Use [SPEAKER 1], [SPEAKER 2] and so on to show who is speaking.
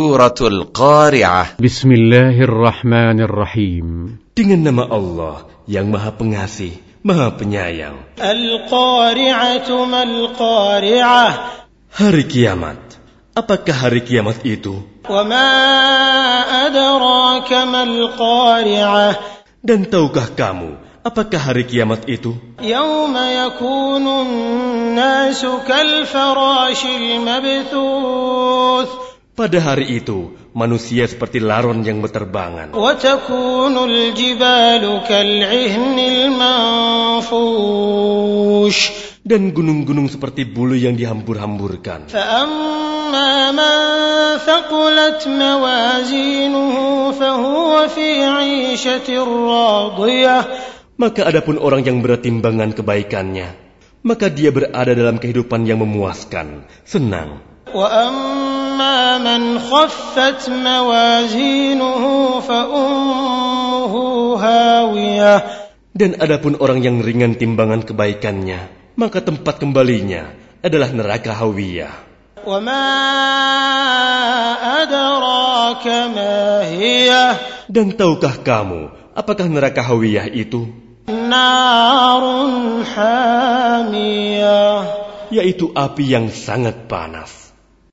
[SPEAKER 1] Suratul Qari'ah
[SPEAKER 2] بسم الله الرحمن الرحيم
[SPEAKER 3] Dengan nama Allah yang Maha Pengasih, Maha Penyayang.
[SPEAKER 4] القارعة ما القارعة
[SPEAKER 3] Hari kiamat. Apakah hari kiamat itu?
[SPEAKER 4] وما أدراك ما القارعة
[SPEAKER 3] Dan tahukah kamu apakah hari kiamat itu?
[SPEAKER 4] يوم يكون الناس كالفراش المبثوث
[SPEAKER 3] Pada hari itu, manusia seperti laron yang berterbangan.
[SPEAKER 4] وتكون الجبال كالعهن المنفوش
[SPEAKER 3] Dan gunung-gunung seperti bulu yang dihambur-hamburkan.
[SPEAKER 4] فأما من ثقلت موازينه فهو في عيشة راضية
[SPEAKER 3] Maka adapun orang yang berat timbangan kebaikannya, maka dia berada dalam kehidupan yang memuaskan, senang.
[SPEAKER 4] وأما من خفت موازينه فأمه هاوية
[SPEAKER 3] Dan adapun orang yang ringan timbangan kebaikannya, maka tempat kembalinya adalah neraka Hawiyah.
[SPEAKER 4] وما أدراك ما هي
[SPEAKER 3] Dan tahukah kamu apakah neraka Hawiyah itu?
[SPEAKER 4] نار حامية
[SPEAKER 3] Yaitu api yang sangat panas.